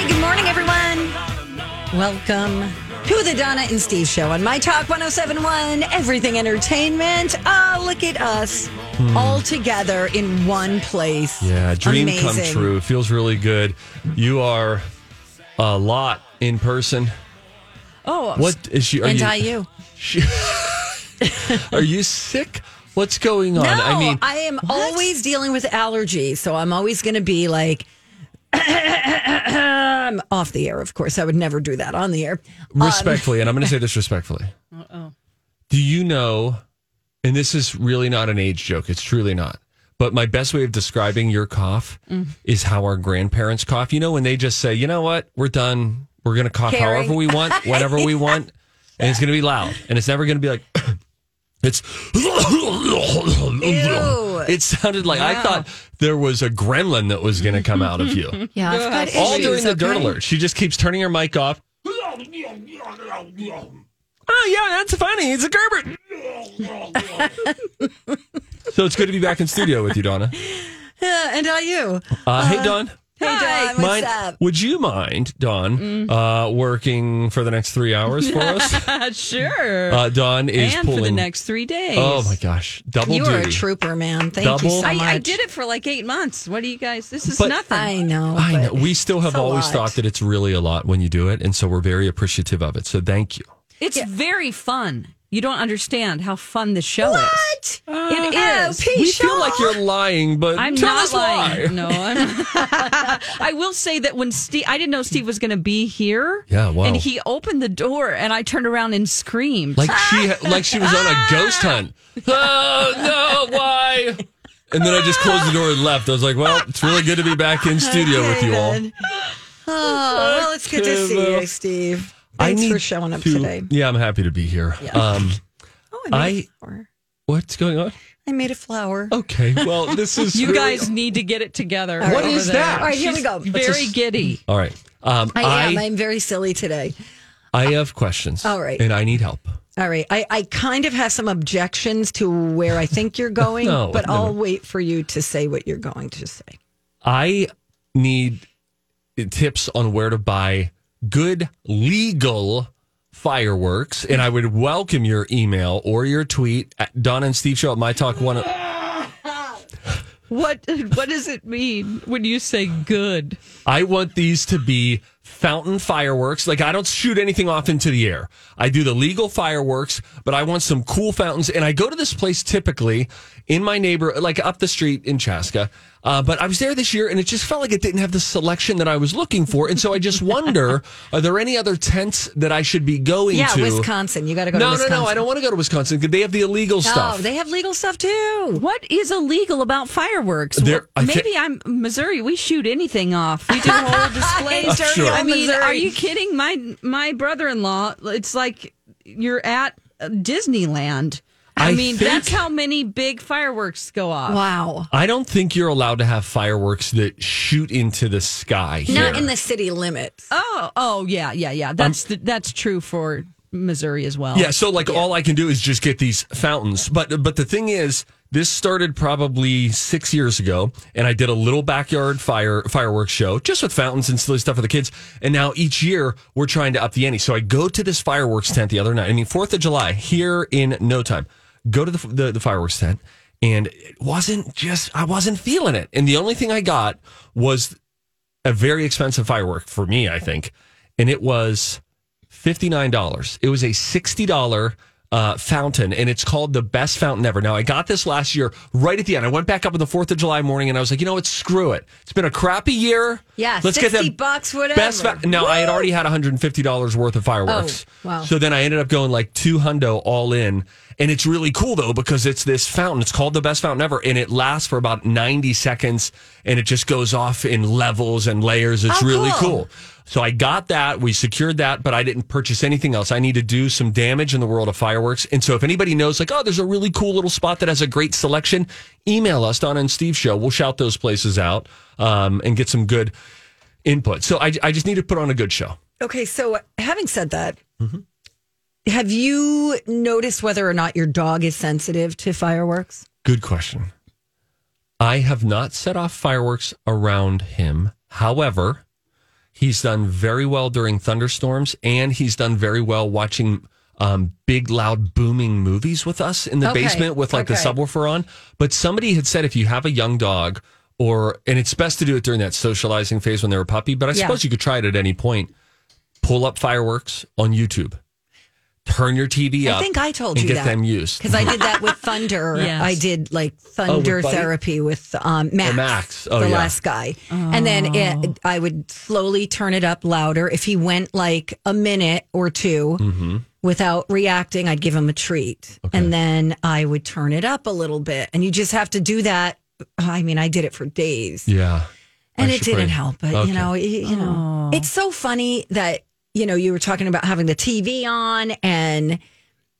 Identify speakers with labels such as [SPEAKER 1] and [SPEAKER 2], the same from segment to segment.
[SPEAKER 1] Hey, good morning, everyone. Welcome to the Donna and Steve Show on My Talk 1071, Everything Entertainment. Oh, look at us all together in one place.
[SPEAKER 2] Hmm. Yeah, dream come
[SPEAKER 1] Amazing.
[SPEAKER 2] true. It feels really good. You are a lot in person.
[SPEAKER 1] Oh,
[SPEAKER 2] What is she? Are
[SPEAKER 1] anti
[SPEAKER 2] you?
[SPEAKER 1] you.
[SPEAKER 2] She, are you sick? What's going on?
[SPEAKER 1] No,
[SPEAKER 2] I
[SPEAKER 1] I,
[SPEAKER 2] mean,
[SPEAKER 1] am always dealing with allergies, so I'm always going to be like off the air. Of course, I would never do that on the air. Um,
[SPEAKER 2] respectfully, and I'm going to say this respectfully. Uh-oh. Do you know? And this is really not an age joke. It's truly not. But my best way of describing your cough is how our grandparents cough. You know, when they just say, "You know what? We're done. We're going to cough
[SPEAKER 1] Caring.
[SPEAKER 2] however we want, whatever we want, and it's going to be loud, and it's never going to be like." It's it sounded like I thought there was a gremlin that was going to come out of you.
[SPEAKER 3] Yeah, I've got
[SPEAKER 2] All
[SPEAKER 3] issues,
[SPEAKER 2] during the dirt
[SPEAKER 3] okay?
[SPEAKER 2] alert, she just keeps turning her mic off. Oh yeah, that's funny. It's a Gerber. so it's good to be back in studio with you, Donna.
[SPEAKER 1] Yeah, and are you?
[SPEAKER 2] Uh, hey, Don.
[SPEAKER 1] Hey, Dave, what's
[SPEAKER 2] Mind,
[SPEAKER 1] up?
[SPEAKER 2] would you mind, Don, uh, working for the next three hours for us?
[SPEAKER 3] sure.
[SPEAKER 2] Uh, Don is
[SPEAKER 3] and
[SPEAKER 2] pulling.
[SPEAKER 3] for the next three days.
[SPEAKER 2] oh my gosh, double
[SPEAKER 1] You are a
[SPEAKER 2] duty.
[SPEAKER 1] trooper, man. Thank you
[SPEAKER 2] Double-
[SPEAKER 1] so much.
[SPEAKER 3] I, I did it for like eight months. What do you guys? This is
[SPEAKER 2] But-
[SPEAKER 3] nothing.
[SPEAKER 1] I know.
[SPEAKER 2] I
[SPEAKER 1] but
[SPEAKER 2] know. We still have
[SPEAKER 1] a
[SPEAKER 2] always
[SPEAKER 1] lot.
[SPEAKER 2] thought that it's really a lot when you do it, and so we're very appreciative of it. So thank you.
[SPEAKER 3] it's very fun. You don't understand how fun the
[SPEAKER 1] Oh,
[SPEAKER 3] show is.
[SPEAKER 1] What?
[SPEAKER 3] It is.
[SPEAKER 1] Pete
[SPEAKER 2] we
[SPEAKER 1] Shaw?
[SPEAKER 2] feel like you're lying, but
[SPEAKER 3] I'm
[SPEAKER 2] tell
[SPEAKER 3] not
[SPEAKER 2] us why.
[SPEAKER 3] lying. No, I'm I will say that when Steve, I didn't know Steve was going to be here.
[SPEAKER 2] Yeah, wow.
[SPEAKER 3] And he opened the door, and I turned around and screamed.
[SPEAKER 2] Like she, like she was on a ghost hunt. Oh no, why? And then I just closed the door and left. I was like, "Well, it's really good to be back in studio with you all."
[SPEAKER 1] David. Oh, well, it's good to see you, Steve. Thanks for showing up
[SPEAKER 2] to-
[SPEAKER 1] today.
[SPEAKER 2] Yeah, I'm happy to be here. Um,
[SPEAKER 1] Oh,
[SPEAKER 2] I-
[SPEAKER 1] made a flower.
[SPEAKER 2] what's going on?
[SPEAKER 1] I made a flower.
[SPEAKER 2] Okay, well, this is
[SPEAKER 3] you
[SPEAKER 2] really-
[SPEAKER 3] guys need to get it together.
[SPEAKER 1] What
[SPEAKER 3] over
[SPEAKER 2] is
[SPEAKER 3] there.
[SPEAKER 2] that?
[SPEAKER 1] All right, here
[SPEAKER 3] She's
[SPEAKER 1] we go.
[SPEAKER 3] Very giddy.
[SPEAKER 2] All right, um,
[SPEAKER 1] I, am.
[SPEAKER 2] I
[SPEAKER 1] I'm very silly today.
[SPEAKER 2] I, have questions.
[SPEAKER 1] All right.
[SPEAKER 2] and I need help.
[SPEAKER 1] All right. I, I kind of have some objections to where I think you're going,
[SPEAKER 2] No,
[SPEAKER 1] but
[SPEAKER 2] no.
[SPEAKER 1] I'll wait for you to say what you're going to say.
[SPEAKER 2] I need tips on where to buy good legal fireworks, and I would welcome your email or your tweet at Don and Steve Show at My Talk One.
[SPEAKER 3] What What does it mean when you say good?
[SPEAKER 2] I want these to be fountain fireworks. Like I don't shoot anything off into the air. I do the legal fireworks, but I want some cool fountains. And I go to this place typically in my neighbor, like up the street in Chaska. Uh, but I was there this year, and it just felt like it didn't have the selection that I was looking for. And so I just wonder: Are there any other tents that I should be going
[SPEAKER 1] Yeah,
[SPEAKER 2] to?
[SPEAKER 1] Wisconsin. You got to go to
[SPEAKER 2] No, no,
[SPEAKER 1] Wisconsin.
[SPEAKER 2] no! I don't want to go to Wisconsin because they have the illegal
[SPEAKER 1] Oh,
[SPEAKER 2] stuff.
[SPEAKER 1] they have legal stuff too.
[SPEAKER 3] What is illegal about fireworks?
[SPEAKER 2] There-
[SPEAKER 3] Well,
[SPEAKER 2] I thi-
[SPEAKER 3] maybe I'm Missouri. We shoot anything off. We do whole displays.
[SPEAKER 1] Dirty
[SPEAKER 2] Sure.
[SPEAKER 1] old
[SPEAKER 3] I mean,
[SPEAKER 1] Missouri.
[SPEAKER 3] are you kidding? My my brother-in-law. It's like you're at Disneyland. I,
[SPEAKER 2] I
[SPEAKER 3] mean,
[SPEAKER 2] think-
[SPEAKER 3] that's how many big fireworks go off.
[SPEAKER 1] Wow.
[SPEAKER 2] I don't think you're allowed to have fireworks that shoot into the sky.
[SPEAKER 1] Not
[SPEAKER 2] here.
[SPEAKER 1] in the city limits.
[SPEAKER 3] Oh, oh yeah, yeah, yeah. That's the, that's true for Missouri as well.
[SPEAKER 2] Yeah, so like all I can do is just get these fountains. But but the thing is, this started probably six years ago, and I did a little backyard fire fireworks show just with fountains and silly stuff for the kids. And now each year we're trying to up the ante. So I go to this fireworks tent the other night. I mean, Fourth of July here in no time. Go to the the, the fireworks tent, and it wasn't just I wasn't feeling it. And the only thing I got was a very expensive firework for me, I think, and it was fifty nine dollars. It was a sixty dollar uh, fountain, and it's called the best fountain ever. Now I got this last year, right at the end. I went back up on the Fourth of July morning, and I was like, you know what? Screw it. It's been a crappy year.
[SPEAKER 1] Yeah, 60 bucks, whatever.
[SPEAKER 2] Best fou- now I had already had one hundred and fifty dollars worth of fireworks.
[SPEAKER 1] Oh, wow.
[SPEAKER 2] So then I ended up going like two hundo all in, and it's really cool though because it's this fountain. It's called the best fountain ever, and it lasts for about ninety seconds, and it just goes off in levels and layers. It's
[SPEAKER 1] Oh,
[SPEAKER 2] really
[SPEAKER 1] cool.
[SPEAKER 2] cool. So I got that. We secured that, but I didn't purchase anything else. I need to do some damage in the world of fireworks. And so if anybody knows, like, oh, there's a really cool little spot that has a great selection, email us, Donna and Steve Show. We'll shout those places out um, and get some good input. So I, I just need to put on a good show.
[SPEAKER 1] Okay, so having said that,
[SPEAKER 2] Mm-hmm.
[SPEAKER 1] have you noticed whether or not your dog is sensitive to fireworks?
[SPEAKER 2] Good question. I have not set off fireworks around him. However, he's done very well during thunderstorms and he's done very well watching um, big, loud, booming movies with us in the
[SPEAKER 1] Okay,
[SPEAKER 2] basement with like
[SPEAKER 1] okay.
[SPEAKER 2] the subwoofer on. But somebody had said if you have a young dog, or and it's best to do it during that socializing phase when they're a puppy, but I
[SPEAKER 1] Yeah.
[SPEAKER 2] suppose you could try it at any point. Pull up fireworks on YouTube. Turn your TV up.
[SPEAKER 1] I think I told
[SPEAKER 2] and
[SPEAKER 1] you that
[SPEAKER 2] get them used. Oh,
[SPEAKER 1] because I did that with Thunder.
[SPEAKER 3] Yes.
[SPEAKER 1] I did like Thunder
[SPEAKER 2] Buddy?
[SPEAKER 1] therapy with um, Max,
[SPEAKER 2] Max. Oh,
[SPEAKER 1] the
[SPEAKER 2] yeah.
[SPEAKER 1] last guy, and then it, I would slowly turn it up louder. If he went like a minute or 2
[SPEAKER 2] Mm-hmm.
[SPEAKER 1] without reacting, I'd give him a treat, and then I would turn it up a little bit. And you just have to do that. I mean, I did it for days
[SPEAKER 2] Yeah.
[SPEAKER 1] and
[SPEAKER 2] I
[SPEAKER 1] it
[SPEAKER 2] should
[SPEAKER 1] didn't
[SPEAKER 2] probably-
[SPEAKER 1] help. But
[SPEAKER 2] Okay. Oh.
[SPEAKER 1] you know, y- you know, it's so funny that you know you were talking about having the TV on and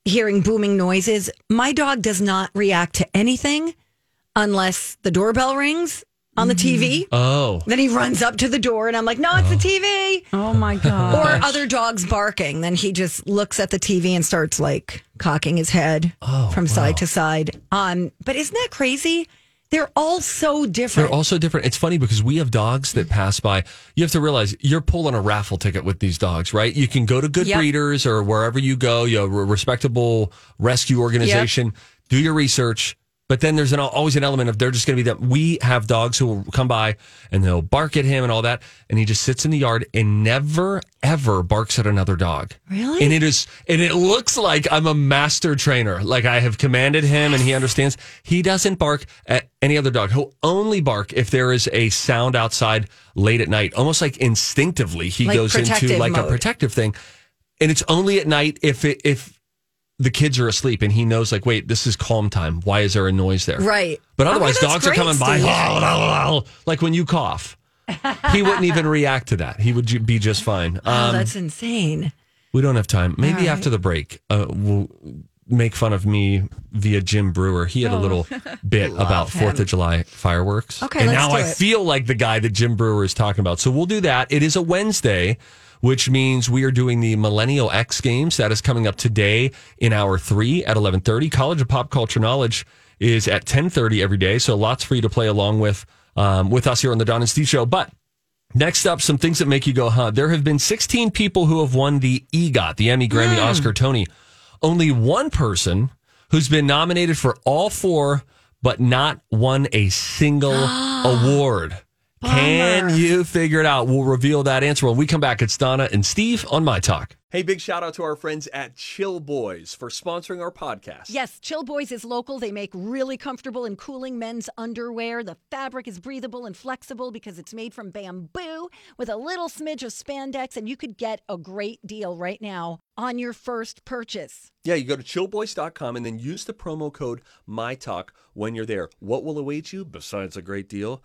[SPEAKER 1] hearing booming noises. My dog does not react to anything unless the doorbell rings on the TV.
[SPEAKER 2] Oh.
[SPEAKER 1] Then he runs up to the door, and I'm like, "No, it's the TV."
[SPEAKER 3] Oh my god!
[SPEAKER 1] Or other dogs barking. Then he just looks at the TV and starts like cocking his head
[SPEAKER 2] Oh,
[SPEAKER 1] from side to side. Um, but isn't that crazy? They're all so different.
[SPEAKER 2] They're also different. It's funny because we have dogs that pass by. You have to realize you're pulling a raffle ticket with these dogs, right? You can go to Good
[SPEAKER 1] Yep.
[SPEAKER 2] Breeders or wherever you go, you know, a respectable rescue organization, do your research. But then there's an, always an element of they're just going to be that. We have dogs who will come by and they'll bark at him and all that. And he just sits in the yard and never, ever barks at another dog.
[SPEAKER 1] Really?
[SPEAKER 2] And it is, and it looks like I'm a master trainer. Like I have commanded him and he understands. He doesn't bark at any other dog. He'll only bark if there is a sound outside late at night. Almost like instinctively, he
[SPEAKER 1] Like
[SPEAKER 2] goes into
[SPEAKER 1] protective
[SPEAKER 2] like
[SPEAKER 1] mode.
[SPEAKER 2] a protective thing. And it's only at night if it, if the kids are asleep and he knows like, wait, this is calm time. Why is there a noise there?
[SPEAKER 1] Right.
[SPEAKER 2] But
[SPEAKER 1] Oh,
[SPEAKER 2] otherwise,
[SPEAKER 1] that's
[SPEAKER 2] dogs are
[SPEAKER 1] great,
[SPEAKER 2] coming by, Um,
[SPEAKER 1] Steve.
[SPEAKER 2] like when you cough. he wouldn't even react to that. He would ju- be just fine.
[SPEAKER 1] Oh,
[SPEAKER 2] Um,
[SPEAKER 1] that's insane.
[SPEAKER 2] we don't have time. Maybe after the break, uh, we'll make fun of me via Jim Brewer. He had a little bit about Fourth of July fireworks.
[SPEAKER 1] Oh. Okay,
[SPEAKER 2] and
[SPEAKER 1] let's
[SPEAKER 2] now
[SPEAKER 1] do
[SPEAKER 2] I
[SPEAKER 1] it.
[SPEAKER 2] feel like the guy that Jim Brewer is talking about. So we'll do that. It is a Wednesday. Which means we are doing the Millennial X Games. That is coming up today in hour three at eleven thirty. College of Pop Culture Knowledge is at ten thirty every day, so lots for you to play along with um, with us here on the Don and Steve Show. But Next up, some things that make you go, huh? There have been 16 people who have won the EGOT, the Emmy, Grammy, Oscar, Tony. Only one person who's been nominated for all four, but not won a single award. Can you figure it out? We'll reveal that answer when we come back. It's Donna and Steve on My Talk. Hey, big shout out to our friends at Chill Boys for sponsoring our podcast.
[SPEAKER 1] Yes, Chill Boys is local. They make really comfortable and cooling men's underwear. The fabric is breathable and flexible because it's made from bamboo with a little smidge of spandex, and you could get a great deal right now on your first purchase.
[SPEAKER 2] Yeah, you go to chillboys.com and then use the promo code MyTalk when you're there. What will await you besides a great deal?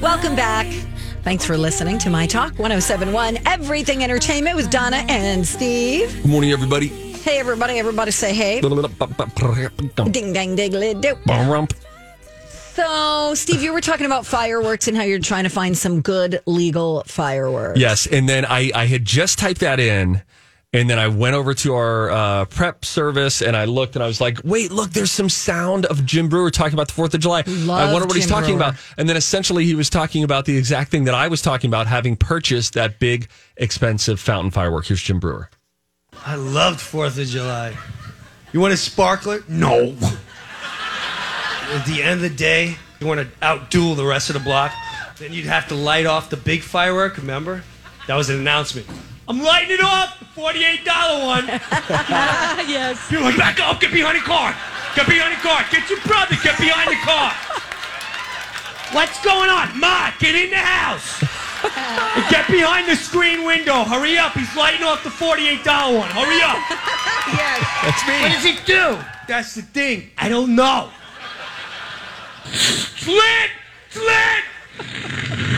[SPEAKER 1] Welcome back. Thanks for listening to My Talk 1071 Everything Entertainment with Donna and Steve.
[SPEAKER 2] Good morning, everybody.
[SPEAKER 1] Hey, everybody. Everybody say hey. Ding, dang, diggly, do. So, Steve, you were talking about fireworks and how you're trying to find some good legal fireworks.
[SPEAKER 2] Yes, and then I, I had just typed that in, and then I went over to our uh, prep service and I looked and I was like, wait, look, there's some sound of Jim Brewer talking about the Fourth of July.
[SPEAKER 1] Love
[SPEAKER 2] I wonder what he's
[SPEAKER 1] Jim
[SPEAKER 2] talking
[SPEAKER 1] Brewer.
[SPEAKER 2] about. And then essentially he was talking about the exact thing that I was talking about, having purchased that big expensive fountain firework. Here's Jim Brewer.
[SPEAKER 4] I loved Fourth of July. You want a sparkler? No. At the end of the day, you want to outduel the rest of the block. Then you'd have to light off the big firework. Remember, that was an announcement. I'm lighting it off. Forty-eight dollar one.
[SPEAKER 3] yes.
[SPEAKER 4] People are like back up. Get behind the car. Get behind the car. Get your brother. Get behind the car. What's going on, Ma? Get in the house. And get behind the screen window. Hurry up. He's lighting off the forty-eight dollar one. Hurry up.
[SPEAKER 2] That's me.
[SPEAKER 4] What does it do? That's the thing. I don't know. Slit! Slit!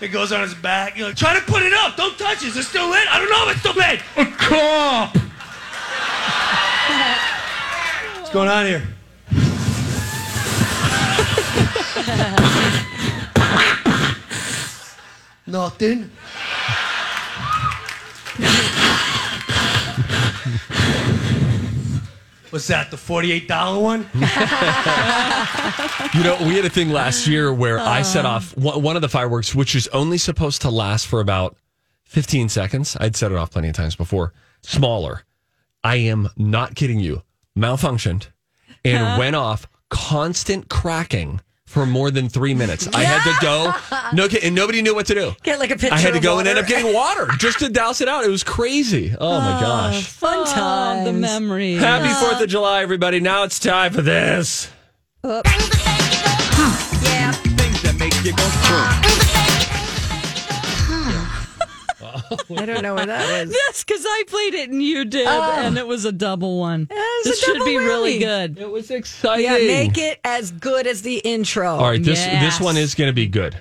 [SPEAKER 4] It goes on his back. You're like, try to put it up. Don't touch it. Is it still lit? I don't know if it's still lit. A cop. What's going on here? Nothing. What's that? The forty-eight dollar one?
[SPEAKER 2] You know, we had a thing last year where I
[SPEAKER 1] Uh.
[SPEAKER 2] set off one one of the fireworks, which is only supposed to last for about 15 seconds. I'd set it off plenty of times before. Smaller. I am not kidding you. Malfunctioned and went off constant cracking for more than three minutes. I had to go. No, kid- and nobody knew what to do.
[SPEAKER 1] Get like a picture
[SPEAKER 2] I had to
[SPEAKER 1] of
[SPEAKER 2] go and end up
[SPEAKER 1] water.
[SPEAKER 2] getting water just to douse it out. It was crazy. Oh my gosh.
[SPEAKER 1] Fun time.
[SPEAKER 3] the memory.
[SPEAKER 2] Happy 4th of July, everybody. Now it's time for this. Things that make you go,
[SPEAKER 1] I don't know where that is.
[SPEAKER 3] Yes, because I played it and you did, and it was a double one.
[SPEAKER 1] Oh. was a
[SPEAKER 3] this should
[SPEAKER 1] double
[SPEAKER 3] be really
[SPEAKER 1] whammy.
[SPEAKER 3] good.
[SPEAKER 2] it was exciting.
[SPEAKER 1] Yeah, make it as good as the intro.
[SPEAKER 2] All right, this
[SPEAKER 3] Yes.
[SPEAKER 2] this one is going to be good.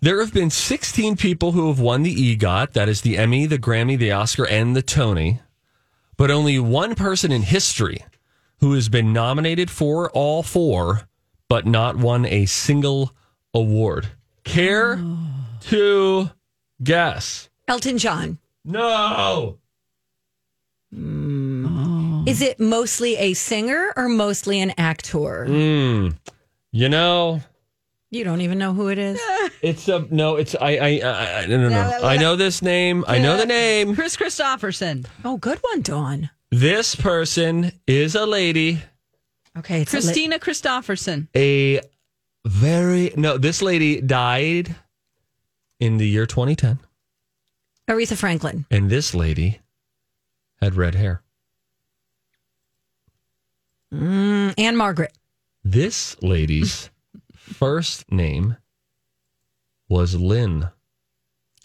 [SPEAKER 2] There have been 16 people who have won the EGOT, that is the Emmy, the Grammy, the Oscar, and the Tony, but only one person in history who has been nominated for all four but not won a single award. Care
[SPEAKER 1] Oh.
[SPEAKER 2] to guess?
[SPEAKER 1] Elton John.
[SPEAKER 2] No.
[SPEAKER 1] Is it mostly a singer or mostly an actor?
[SPEAKER 2] Hmm. You know,
[SPEAKER 1] You don't even know who it is.
[SPEAKER 2] it's a no. It's I. I. I, I no. No. No. I know this name. I know the name.
[SPEAKER 3] Chris Christopherson.
[SPEAKER 1] Oh, good one, Dawn.
[SPEAKER 2] This person is a lady,
[SPEAKER 1] Okay, it's a li-
[SPEAKER 3] Christina Christopherson.
[SPEAKER 2] a very no, this lady died in the year 2010,
[SPEAKER 1] Aretha Franklin.
[SPEAKER 2] and this lady had red hair.
[SPEAKER 1] Mm, Anne Margaret.
[SPEAKER 2] This lady's first name was Lynn.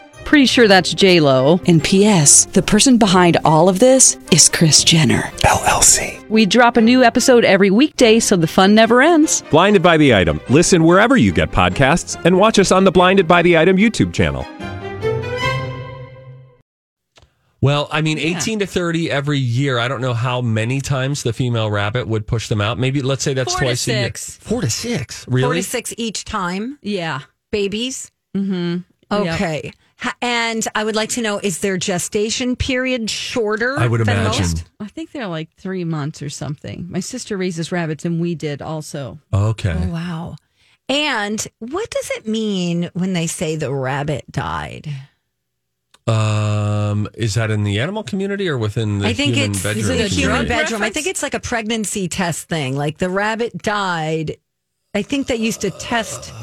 [SPEAKER 3] Pretty sure that's J Lo.
[SPEAKER 5] And P.S. The person behind all of this is Chris Jenner.
[SPEAKER 6] LLC.
[SPEAKER 3] We drop a new episode every weekday, so the fun never ends.
[SPEAKER 6] Blinded by the Item. Listen wherever you get podcasts and watch us on the Blinded by the Item YouTube channel.
[SPEAKER 2] Well, I mean, 18 to 30 every year. I don't know how many times the female rabbit would push them out. Maybe let's say that's
[SPEAKER 3] Four to
[SPEAKER 2] twice a year.
[SPEAKER 3] six.
[SPEAKER 2] Four to six. Really?
[SPEAKER 1] 46 each time,
[SPEAKER 3] Yeah.
[SPEAKER 1] babies?
[SPEAKER 3] Mm-hmm. Yep.
[SPEAKER 1] Okay. Ha- And I would like to know is their gestation period shorter?
[SPEAKER 2] I would
[SPEAKER 1] than
[SPEAKER 2] imagine.
[SPEAKER 1] most?
[SPEAKER 3] I think they're like three months or something. My sister raises rabbits, and we did also.
[SPEAKER 2] Okay.
[SPEAKER 1] Oh, wow. And what does it mean when they say the rabbit died?
[SPEAKER 2] Um, is that in the animal community or within the
[SPEAKER 1] I think
[SPEAKER 2] human
[SPEAKER 1] it's
[SPEAKER 2] bedroom?
[SPEAKER 1] the
[SPEAKER 3] it a
[SPEAKER 2] community?
[SPEAKER 1] human
[SPEAKER 3] drug
[SPEAKER 1] bedroom. I
[SPEAKER 3] reference?
[SPEAKER 1] think it's like a pregnancy test thing. Like the rabbit died. I think they used to test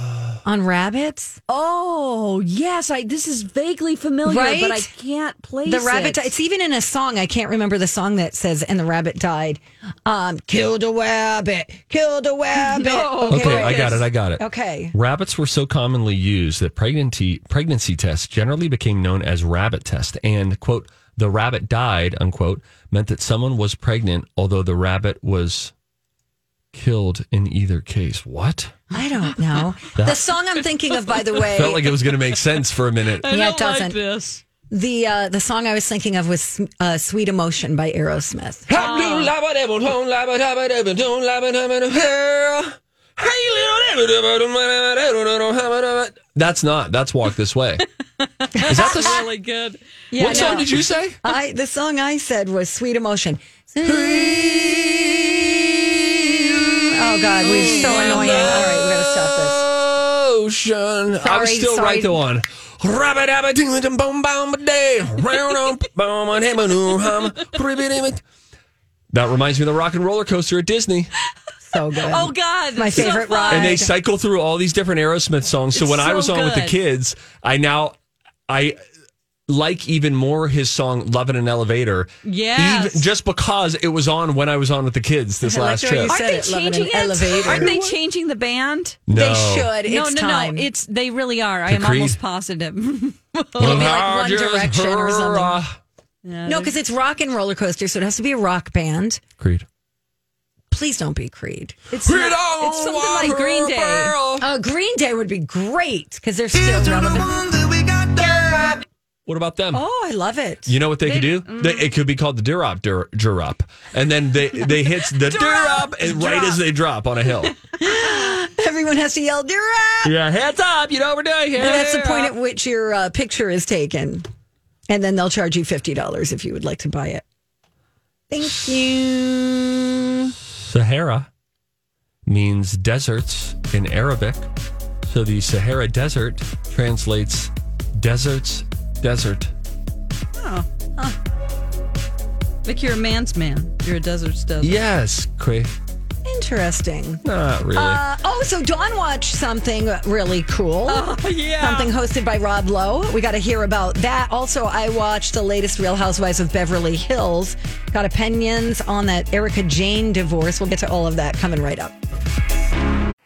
[SPEAKER 1] on rabbits.
[SPEAKER 3] Oh yes, I this is vaguely familiar,
[SPEAKER 1] Right?
[SPEAKER 3] but I can't place
[SPEAKER 1] The rabbit.
[SPEAKER 3] It.
[SPEAKER 1] Di- it's even in a song. I can't remember the song that says "and the rabbit died." Um, killed a rabbit. Killed a rabbit.
[SPEAKER 2] Okay, I got it. I got it.
[SPEAKER 1] Okay.
[SPEAKER 2] Rabbits were so commonly used that pregnancy pregnancy tests generally became known as rabbit test and quote the rabbit died unquote meant that someone was pregnant although the rabbit was killed in either case. What?
[SPEAKER 1] I don't know. the song I'm thinking of, by the way,
[SPEAKER 2] Felt like it was going to make sense for a minute.
[SPEAKER 1] yeah, it doesn't. The uh, the song I was thinking of was uh, "Sweet Emotion" by Aerosmith. Um,
[SPEAKER 2] That's not. That's walk this way. Is that the really good? what song did you say?
[SPEAKER 1] I the song I said was "Sweet Emotion." Oh God, we're so annoying. All right, we're gonna stop
[SPEAKER 2] Ocean. I was
[SPEAKER 1] Sorry,
[SPEAKER 2] still
[SPEAKER 1] sorry.
[SPEAKER 2] right though on. That reminds me of the rock and roller coaster at Disney.
[SPEAKER 1] this. So good.
[SPEAKER 3] oh God,
[SPEAKER 1] my
[SPEAKER 3] it's so
[SPEAKER 1] favorite
[SPEAKER 3] fun.
[SPEAKER 1] ride.
[SPEAKER 2] And they cycle through all these different Aerosmith songs. So
[SPEAKER 3] It's
[SPEAKER 2] when I
[SPEAKER 3] so
[SPEAKER 2] was on with the
[SPEAKER 3] good.
[SPEAKER 2] kids, I now I like even more his song "Love in an Elevator."
[SPEAKER 3] Yes.
[SPEAKER 2] Even- just because it was on when I was on with the kids this
[SPEAKER 1] I like
[SPEAKER 2] last
[SPEAKER 1] the way you
[SPEAKER 2] trip.
[SPEAKER 1] said
[SPEAKER 3] Aren't they
[SPEAKER 1] it, love in an
[SPEAKER 3] changing it?
[SPEAKER 1] elevator.
[SPEAKER 3] Aren't they changing the band?
[SPEAKER 1] They should. It's
[SPEAKER 3] no, no,
[SPEAKER 1] time.
[SPEAKER 3] no. It's they really are. I
[SPEAKER 2] To
[SPEAKER 3] am
[SPEAKER 2] Creed?
[SPEAKER 3] almost positive.
[SPEAKER 1] It'll be like One
[SPEAKER 2] Rogers,
[SPEAKER 1] Direction or something.
[SPEAKER 2] hurrah.
[SPEAKER 1] no, because it's rock and roller coaster, so it has to be a rock band.
[SPEAKER 2] Creed.
[SPEAKER 1] Please don't be Creed.
[SPEAKER 3] It's, not- it's something like Green Day.
[SPEAKER 1] Uh, Green Day would be great because they're still relevant.
[SPEAKER 2] What about them?
[SPEAKER 1] Oh, Mm. I love it.
[SPEAKER 2] You know what they, could do? They, it could be called the Durop Dur, Durup. And then they, they hit the Durup and right as they drop on a hill.
[SPEAKER 1] Everyone has to yell, "Dear Rob!"
[SPEAKER 2] yeah, heads up. You know we're doing here.
[SPEAKER 1] And that's the point at which your uh, picture is taken. And then they'll charge you $50 if you would like to buy it. Thank you.
[SPEAKER 2] Sahara means deserts in Arabic. So the Sahara Desert translates deserts, desert.
[SPEAKER 3] Like you're a man's man. You're a desert's desert.
[SPEAKER 2] Yes, Cray.
[SPEAKER 1] Interesting.
[SPEAKER 2] Not really.
[SPEAKER 1] Uh, oh, so Dawn watched something really cool.
[SPEAKER 3] Oh, yeah.
[SPEAKER 1] Something hosted by Rob Lowe. We got to hear about that. Also, I watched the latest Real Housewives of Beverly Hills. Got opinions on that Erica Jane divorce. We'll get to all of that coming right up.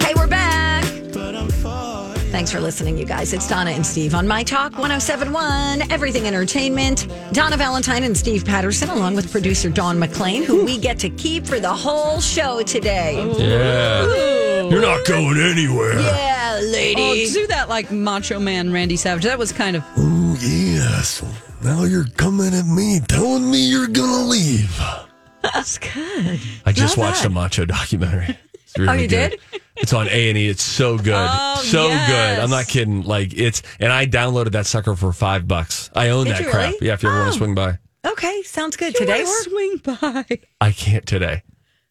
[SPEAKER 1] Hey, we're back.
[SPEAKER 7] but I'm for it.
[SPEAKER 1] Thanks for listening, you guys. It's Donna and Steve on My Talk 1071, Everything Entertainment. Donna Valentine and Steve Patterson, along with producer Dawn McLean, who we get to keep for the whole show today.
[SPEAKER 2] Yeah. You're not going anywhere.
[SPEAKER 1] Yeah,
[SPEAKER 3] Oh,
[SPEAKER 1] lady.
[SPEAKER 3] do that like Macho Man Randy Savage. That was kind of
[SPEAKER 2] Oh, yes. Now you're coming at me, telling me you're going to leave.
[SPEAKER 1] That's good.
[SPEAKER 2] I just
[SPEAKER 1] Not
[SPEAKER 2] watched
[SPEAKER 1] bad.
[SPEAKER 2] a macho documentary. It's really
[SPEAKER 1] Oh, you
[SPEAKER 2] good.
[SPEAKER 1] did?
[SPEAKER 2] It's on A and E. It's so good,
[SPEAKER 3] Oh,
[SPEAKER 2] so good. I'm
[SPEAKER 3] yes.
[SPEAKER 2] not kidding. Like it's, and I downloaded that sucker for five bucks. I own
[SPEAKER 1] Did
[SPEAKER 2] that
[SPEAKER 1] you
[SPEAKER 2] crap.
[SPEAKER 1] really?
[SPEAKER 2] Yeah, if you ever want
[SPEAKER 1] Oh.
[SPEAKER 2] to swing by,
[SPEAKER 1] Okay, sounds good. Today we're
[SPEAKER 3] swing by
[SPEAKER 2] I can't today.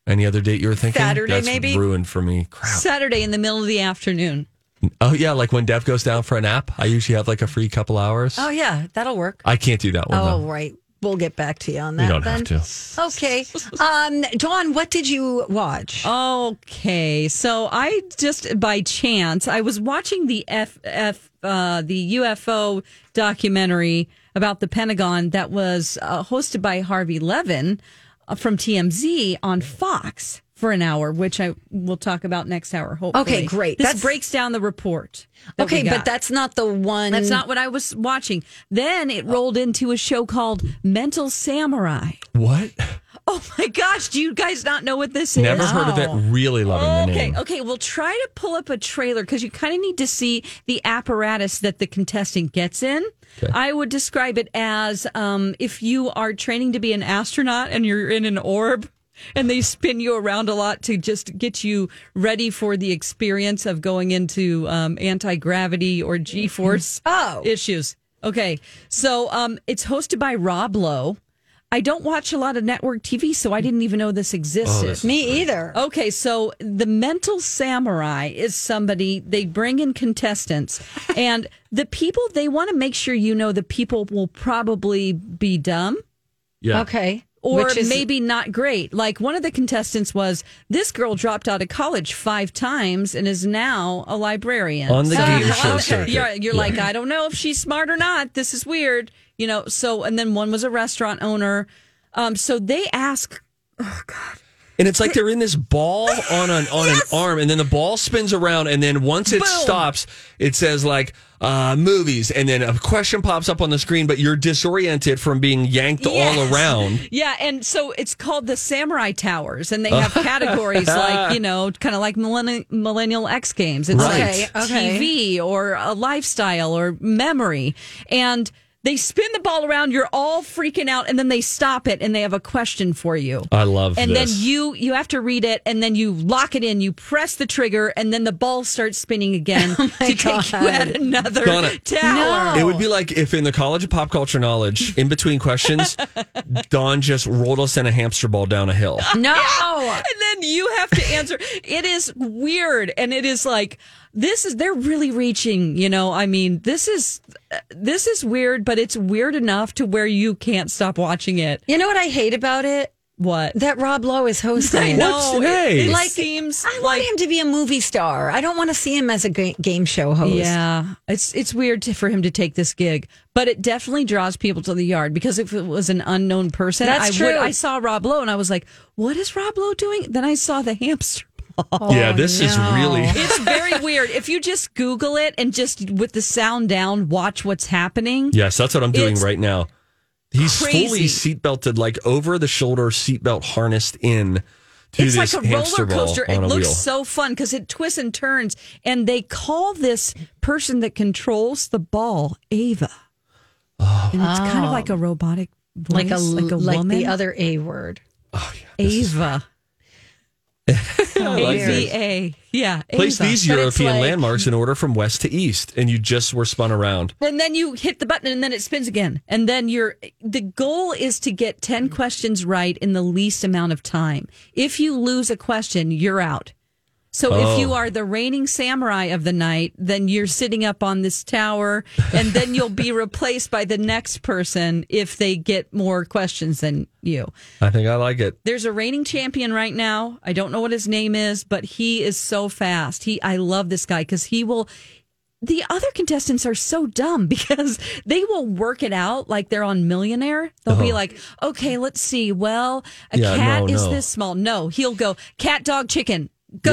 [SPEAKER 2] Any other date you were thinking?
[SPEAKER 3] Saturday,
[SPEAKER 2] That's
[SPEAKER 3] maybe?
[SPEAKER 2] ruined for me. Crap.
[SPEAKER 3] Saturday in the middle of the afternoon.
[SPEAKER 2] Oh yeah, like when Dev goes down for a nap, I usually have like a free couple hours.
[SPEAKER 1] Oh yeah, that'll work.
[SPEAKER 2] I can't do that one.
[SPEAKER 1] Oh
[SPEAKER 2] though.
[SPEAKER 1] right. We'll get back to you on that
[SPEAKER 2] You don't
[SPEAKER 1] then.
[SPEAKER 2] have to.
[SPEAKER 1] Okay. Um, Dawn, what did you watch?
[SPEAKER 3] Okay, so I just by chance I was watching the F F uh, the UFO documentary about the Pentagon that was uh, hosted by Harvey Levin uh, from TMZ on Fox for an hour, which I will talk about next hour. Hopefully,
[SPEAKER 1] Okay, great.
[SPEAKER 3] This
[SPEAKER 1] That's-
[SPEAKER 3] breaks down the report. that we
[SPEAKER 1] okay, but
[SPEAKER 3] got.
[SPEAKER 1] that's not the one.
[SPEAKER 3] That's not what I was watching. Then it rolled into a show called Mental Samurai.
[SPEAKER 2] What?
[SPEAKER 3] Oh my gosh, do you guys not know what this
[SPEAKER 2] Never
[SPEAKER 3] is?
[SPEAKER 2] heard of it. Really loving the
[SPEAKER 1] Oh,
[SPEAKER 3] Okay,
[SPEAKER 2] name.
[SPEAKER 3] okay, we'll try to pull up a trailer because you kind of need to see the apparatus that the contestant gets in. I would describe it as um, if you are training to be an astronaut and you're in an orb and they spin you around a lot to just get you ready for the experience of going into um, anti gravity or G force
[SPEAKER 1] Oh.
[SPEAKER 3] issues. Okay, so um, it's hosted by Rob Lowe. I don't watch a lot of network TV, so I didn't even know
[SPEAKER 2] Oh,
[SPEAKER 3] this existed.
[SPEAKER 1] me either.
[SPEAKER 3] Okay, so the mental samurai is somebody they bring in contestants, and the people they want to make sure you know the people will probably be dumb
[SPEAKER 2] Yeah.
[SPEAKER 1] Okay.
[SPEAKER 3] or
[SPEAKER 1] Which is-
[SPEAKER 3] maybe not great. Like one of the contestants was this girl dropped out of college five times and is now a librarian
[SPEAKER 2] On the game
[SPEAKER 3] okay.
[SPEAKER 2] show circuit.
[SPEAKER 3] You're, you're
[SPEAKER 2] Yeah.
[SPEAKER 3] like, I don't know if she's smart or not. This is weird. You know, so, and then one was a restaurant owner. Um, so they ask
[SPEAKER 2] And it's like they're in this ball on an on an arm, and then the ball spins around, and then once it
[SPEAKER 3] Boom.
[SPEAKER 2] stops, it says like uh, movies, and then a question pops up on the screen, but you're disoriented from being yanked all
[SPEAKER 3] Yes.
[SPEAKER 2] around.
[SPEAKER 3] Yeah, and so it's called the Samurai Towers, and they have categories like you know, kind of like millennial, millennial X Games. It's
[SPEAKER 2] Right.
[SPEAKER 3] like
[SPEAKER 1] Okay, okay.
[SPEAKER 3] TV or a lifestyle or memory, and they spin the ball around. You're all freaking out, and then they stop it, and they have a question for you.
[SPEAKER 2] I love
[SPEAKER 3] and
[SPEAKER 2] this.
[SPEAKER 3] then you you have to read it, and then you lock it in. You press the trigger, and then the ball starts spinning again to take you
[SPEAKER 1] Oh God.
[SPEAKER 3] at another
[SPEAKER 2] Donna,
[SPEAKER 3] tower.
[SPEAKER 2] It would be like if in the College of Pop Culture Knowledge, in between questions, Don just rolled us in a hamster ball down a hill.
[SPEAKER 1] No.
[SPEAKER 3] and then you have to answer. It is weird, and it is like this is they're really reaching. You know, I mean, this is this is weird, but it's weird enough to where you can't stop watching it.
[SPEAKER 1] You know what I hate about it?
[SPEAKER 3] What?
[SPEAKER 1] That Rob Lowe is hosting.
[SPEAKER 3] I know.
[SPEAKER 2] today?
[SPEAKER 3] It, it
[SPEAKER 1] Like,
[SPEAKER 3] seems
[SPEAKER 1] I want
[SPEAKER 3] like
[SPEAKER 1] him to be a movie star. I don't want to see him as a ga- game show host.
[SPEAKER 3] yeah, it's it's weird to, for him to take this gig, but it definitely draws people to the yard because if it was an unknown person,
[SPEAKER 1] That's
[SPEAKER 3] I would.
[SPEAKER 1] true.
[SPEAKER 3] I saw Rob Lowe and I was like, "What is Rob Lowe doing?" Then I saw the hamster.
[SPEAKER 2] yeah, this is
[SPEAKER 3] Oh,
[SPEAKER 2] really.
[SPEAKER 3] It's very weird. If you just Google it and just with the sound down, watch what's happening.
[SPEAKER 2] Yes, that's what I'm doing
[SPEAKER 3] It's
[SPEAKER 2] right now. He's fully
[SPEAKER 3] crazy.
[SPEAKER 2] seatbelted, like over the shoulder seatbelt harnessed in to
[SPEAKER 3] It's like
[SPEAKER 2] this
[SPEAKER 3] a
[SPEAKER 2] hamster
[SPEAKER 3] roller coaster.
[SPEAKER 2] ball
[SPEAKER 3] It
[SPEAKER 2] on a
[SPEAKER 3] looks
[SPEAKER 2] wheel.
[SPEAKER 3] so fun because it twists and turns. And they call this person that controls the ball Ava.
[SPEAKER 2] Oh.
[SPEAKER 3] And it's kind of like a robotic voice,
[SPEAKER 1] Like a like,
[SPEAKER 3] woman.
[SPEAKER 1] the other A word.
[SPEAKER 3] Ava.
[SPEAKER 2] like this.
[SPEAKER 3] A-V-A. Yeah.
[SPEAKER 2] Place these
[SPEAKER 3] Ava. But it's
[SPEAKER 2] European
[SPEAKER 3] like-
[SPEAKER 2] landmarks in order from west to east, and you just were spun around.
[SPEAKER 3] And then you hit the button and then it spins again. And then you're the goal is to get 10 questions right in the least amount of time. If you lose a question, you're out. So
[SPEAKER 2] Oh.
[SPEAKER 3] if you are the reigning samurai of the night, then you're sitting up on this tower, and then you'll be replaced by the next person if they get more questions than you.
[SPEAKER 2] I think I like it.
[SPEAKER 3] There's a reigning champion right now. I don't know what his name is, but he is so fast. He I love this guy cuz he will the other contestants are so dumb because they will work it out like they're on millionaire. They'll be like, "Okay, let's see. Well, a
[SPEAKER 2] Uh-huh. Yeah,
[SPEAKER 3] cat
[SPEAKER 2] no,
[SPEAKER 3] is
[SPEAKER 2] no.
[SPEAKER 3] this small." No, he'll go cat dog chicken. Go.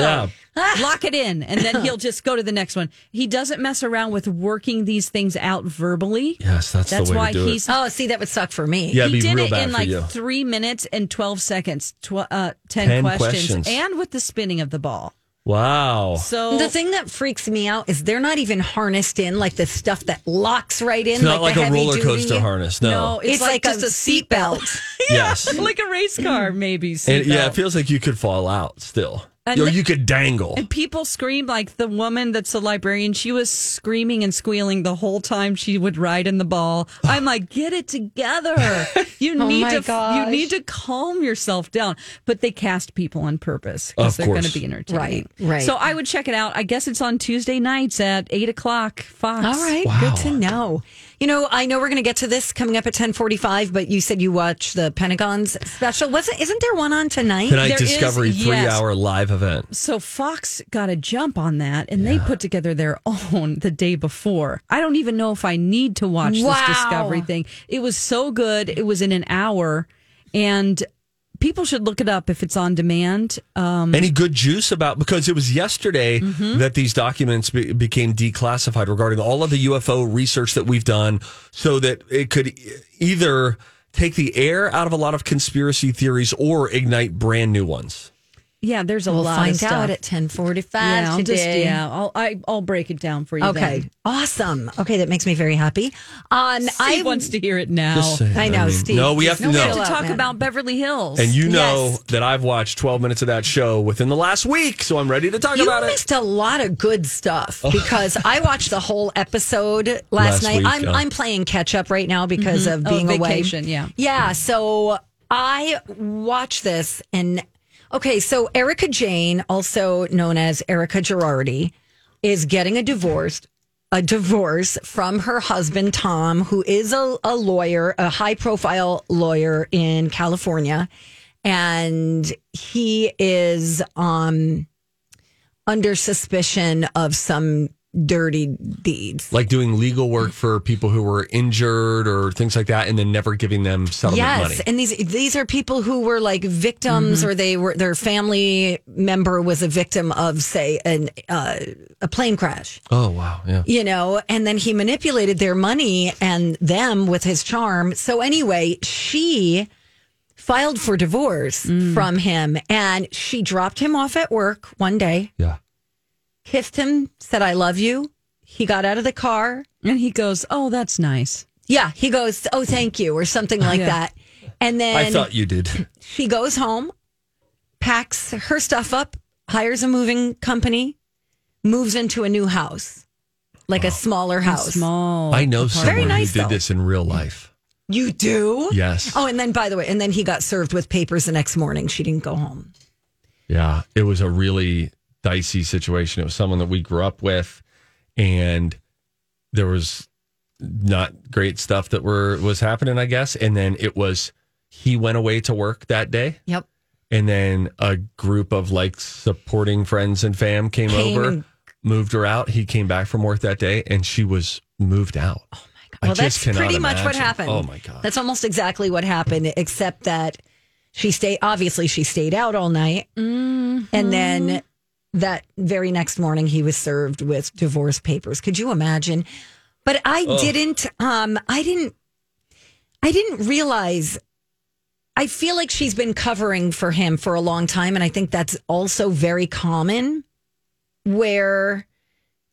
[SPEAKER 2] Yeah.
[SPEAKER 3] Lock it in and then he'll just go to the next one. He doesn't mess around with working these things out verbally.
[SPEAKER 2] Yes, that's the
[SPEAKER 3] That's
[SPEAKER 2] way
[SPEAKER 3] why
[SPEAKER 2] to do it.
[SPEAKER 3] he's
[SPEAKER 1] Oh, see, that would suck for me.
[SPEAKER 2] Yeah,
[SPEAKER 3] he
[SPEAKER 2] it'd be
[SPEAKER 3] did
[SPEAKER 2] real
[SPEAKER 3] it
[SPEAKER 2] bad
[SPEAKER 3] in
[SPEAKER 2] for
[SPEAKER 3] like
[SPEAKER 2] you.
[SPEAKER 3] three minutes and 12 seconds, tw- uh, 10,
[SPEAKER 2] 10
[SPEAKER 3] questions,
[SPEAKER 2] questions.
[SPEAKER 3] and with the spinning of the ball.
[SPEAKER 2] Wow.
[SPEAKER 3] So
[SPEAKER 1] The thing that freaks me out is they're not even harnessed in like the stuff that locks right in.
[SPEAKER 2] It's not like
[SPEAKER 1] the
[SPEAKER 2] a
[SPEAKER 1] heavy
[SPEAKER 2] roller
[SPEAKER 1] duty.
[SPEAKER 2] coaster harness. No.
[SPEAKER 3] No,
[SPEAKER 1] It's, like, just a seatbelt.
[SPEAKER 2] yes.
[SPEAKER 3] like a race car, maybe.
[SPEAKER 2] and, yeah,
[SPEAKER 3] seatbelt.
[SPEAKER 2] it feels like you could fall out still.
[SPEAKER 3] And
[SPEAKER 2] or
[SPEAKER 3] the-
[SPEAKER 2] you could dangle.
[SPEAKER 3] And people scream like the woman that's a librarian. She was screaming and squealing the whole time she would ride in the ball. I'm like, get it together. You
[SPEAKER 1] Oh
[SPEAKER 3] need
[SPEAKER 1] my
[SPEAKER 3] to
[SPEAKER 1] gosh.
[SPEAKER 3] you need to calm yourself down. But they cast people on purpose
[SPEAKER 2] Of
[SPEAKER 3] because they're going
[SPEAKER 2] course.
[SPEAKER 3] to be entertaining.
[SPEAKER 1] Right, right.
[SPEAKER 3] So I would check it out. I guess it's on Tuesday nights at eight o'clock. Fox.
[SPEAKER 1] All right, good to know. You know, I know we're going to get to this coming up at ten forty-five, but you said you watch the Pentagon's special. Wasn't? Isn't there one on tonight?
[SPEAKER 2] Tonight,
[SPEAKER 3] there is-
[SPEAKER 2] Discovery
[SPEAKER 3] yes.
[SPEAKER 2] three hour live event.
[SPEAKER 3] So Fox got a jump on that, and they put together their own the day before. I don't even know if I need to watch
[SPEAKER 1] Wow.
[SPEAKER 3] this Discovery thing. It was so good. It was in an hour, and people should look it up if it's on demand. Um,
[SPEAKER 2] Any good juice about because it was yesterday
[SPEAKER 1] Mm-hmm.
[SPEAKER 2] that these documents be, became declassified regarding all of the UFO research that we've done, so that it could e- either take the air out of a lot of conspiracy theories or ignite brand new ones.
[SPEAKER 3] yeah, there's a
[SPEAKER 1] We'll
[SPEAKER 3] lot
[SPEAKER 1] find
[SPEAKER 3] of stuff.
[SPEAKER 1] out at ten forty-five
[SPEAKER 3] yeah, I'll just-
[SPEAKER 1] today.
[SPEAKER 3] yeah, I'll I, I'll break it down for you.
[SPEAKER 1] Okay.
[SPEAKER 3] then.
[SPEAKER 1] Awesome. Okay, that makes me very happy. Um,
[SPEAKER 3] I
[SPEAKER 1] I
[SPEAKER 3] wants to hear it now.
[SPEAKER 2] Just saying,
[SPEAKER 1] I know, Steve.
[SPEAKER 2] Mm-hmm. No, we have to
[SPEAKER 1] No, we
[SPEAKER 2] know.
[SPEAKER 1] have
[SPEAKER 3] to
[SPEAKER 1] Hello,
[SPEAKER 3] talk
[SPEAKER 1] man.
[SPEAKER 3] about Beverly Hills.
[SPEAKER 2] And you know
[SPEAKER 1] Yes.
[SPEAKER 2] that I've watched 12 minutes of that show within the last week, so I'm ready to talk
[SPEAKER 1] You
[SPEAKER 2] about it.
[SPEAKER 1] missed a lot of good stuff because I watched the whole episode last,
[SPEAKER 2] Oh. Last
[SPEAKER 1] night.
[SPEAKER 2] week,
[SPEAKER 1] I'm
[SPEAKER 2] yeah.
[SPEAKER 1] I'm playing catch up right now because of
[SPEAKER 3] Oh,
[SPEAKER 1] being
[SPEAKER 3] vacation,
[SPEAKER 1] away.
[SPEAKER 3] yeah.
[SPEAKER 1] yeah. So I watched this and okay. So Erica Jane, also known as Erica Gerardi, is getting a divorce. A divorce from her husband Tom, who is a, a lawyer, a high profile lawyer in California, and he is um under suspicion of some dirty deeds.
[SPEAKER 2] Like doing legal work for people who were injured or things like that, and then never giving them settlement
[SPEAKER 1] yes,
[SPEAKER 2] Oh, money. Mm-hmm.
[SPEAKER 1] and these these are people who were like victims, or they were their family member was a victim of, say, an uh, a plane crash.
[SPEAKER 2] Oh, wow. Yeah.
[SPEAKER 1] you know, and then he manipulated their money and them with his charm. So anyway, she filed for divorce
[SPEAKER 2] Mm.
[SPEAKER 1] from him and she dropped him off at work one day,
[SPEAKER 2] Yeah.
[SPEAKER 1] kissed him, said I love you. He got out of the car,
[SPEAKER 3] and he goes, "Oh, that's nice."
[SPEAKER 1] Yeah, he goes, "Oh, thank you," or something like
[SPEAKER 3] Yeah.
[SPEAKER 1] that. And then
[SPEAKER 2] I thought you did.
[SPEAKER 1] she goes home, packs her stuff up, hires a moving company, moves into a new house, like a smaller house. Oh,
[SPEAKER 3] Small.
[SPEAKER 2] I know someone
[SPEAKER 1] nice,
[SPEAKER 2] who did
[SPEAKER 1] though.
[SPEAKER 2] this in real life.
[SPEAKER 1] You do?
[SPEAKER 2] Yes.
[SPEAKER 1] Oh, and then by the way, and then he got served with papers the next morning. She didn't go home.
[SPEAKER 2] Yeah. It was a really dicey situation. It was someone that we grew up with, and there was not great stuff that were was happening, I guess. And then it was he went away to work that day.
[SPEAKER 1] Yep.
[SPEAKER 2] and then a group of like supporting friends and fam came,
[SPEAKER 1] Came
[SPEAKER 2] over,
[SPEAKER 1] and-
[SPEAKER 2] moved her out. He came back from work that day, and she was moved out. Oh my god!
[SPEAKER 1] Well, that's pretty much what happened.
[SPEAKER 2] Oh my god!
[SPEAKER 1] That's almost exactly what happened, except that she stayed. Obviously, she stayed out all night, and then that very next morning, he was served with divorce papers. Could you imagine? But I didn't. Um, I didn't. I didn't realize. I feel like she's been covering for him for a long time, and I think that's also very common, where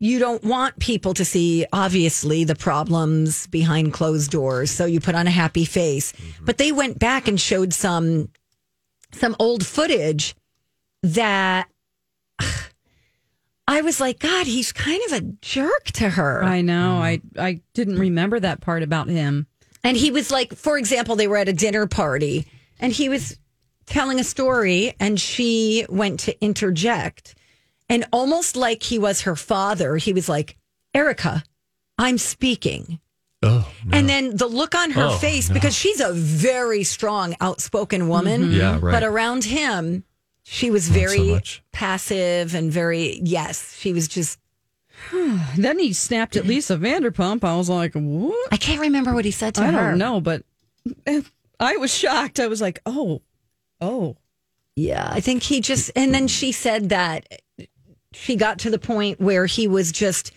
[SPEAKER 1] you don't want people to see obviously the problems behind closed doors so you put on a happy face but they went back and showed some some old footage that i was like god he's kind of a jerk to her
[SPEAKER 3] I know.
[SPEAKER 2] Mm.
[SPEAKER 3] I I didn't remember that part about him.
[SPEAKER 1] and he was like for example they were at a dinner party and he was telling a story and she went to interject And almost like he was her father, he was like, Erica, I'm speaking.
[SPEAKER 2] Oh,
[SPEAKER 1] And then the look on her
[SPEAKER 2] Oh,
[SPEAKER 1] face,
[SPEAKER 2] no.
[SPEAKER 1] because she's a very strong, outspoken woman.
[SPEAKER 2] Mm-hmm. Yeah, right.
[SPEAKER 1] But around him, she was
[SPEAKER 2] Not so
[SPEAKER 1] very
[SPEAKER 2] much.
[SPEAKER 1] passive and very, yes, she was just,
[SPEAKER 3] Then he snapped at Lisa Vanderpump. I was like, what?
[SPEAKER 1] I can't remember what he said to her.
[SPEAKER 3] I don't know, but I was shocked. I was like, oh, oh.
[SPEAKER 1] Yeah, I think he just, and then she said that she got to the point where he was just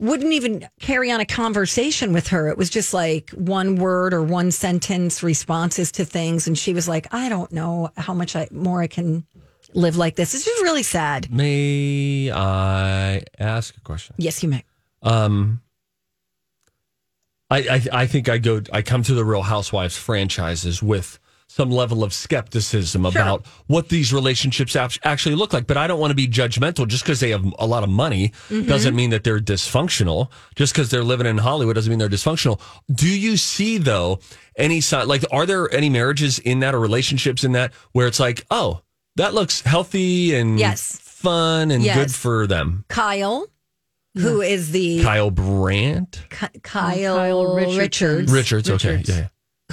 [SPEAKER 1] wouldn't even carry on a conversation with her. It was just like one word or one sentence responses to things, and she was like, "I don't know how much I more I can live like this." It's just really sad.
[SPEAKER 2] May I ask a question?
[SPEAKER 1] Yes, you may.
[SPEAKER 2] Um, I, I I think I go I come to the Real Housewives franchises with some level of skepticism about what these relationships act- actually look like. But I don't want to be judgmental just because they have a lot of money
[SPEAKER 1] Mm-hmm.
[SPEAKER 2] doesn't mean that they're dysfunctional. Just because they're living in Hollywood doesn't mean they're dysfunctional. Do you see though any sign like are there any marriages in that or relationships in that where it's like oh that looks healthy and
[SPEAKER 1] Yes.
[SPEAKER 2] fun and good
[SPEAKER 1] Yes.
[SPEAKER 2] for them?
[SPEAKER 1] Kyle, who is the
[SPEAKER 2] Kyle Brandt.
[SPEAKER 1] Ki- Kyle, Richards.
[SPEAKER 2] Richards, okay. Yeah, yeah.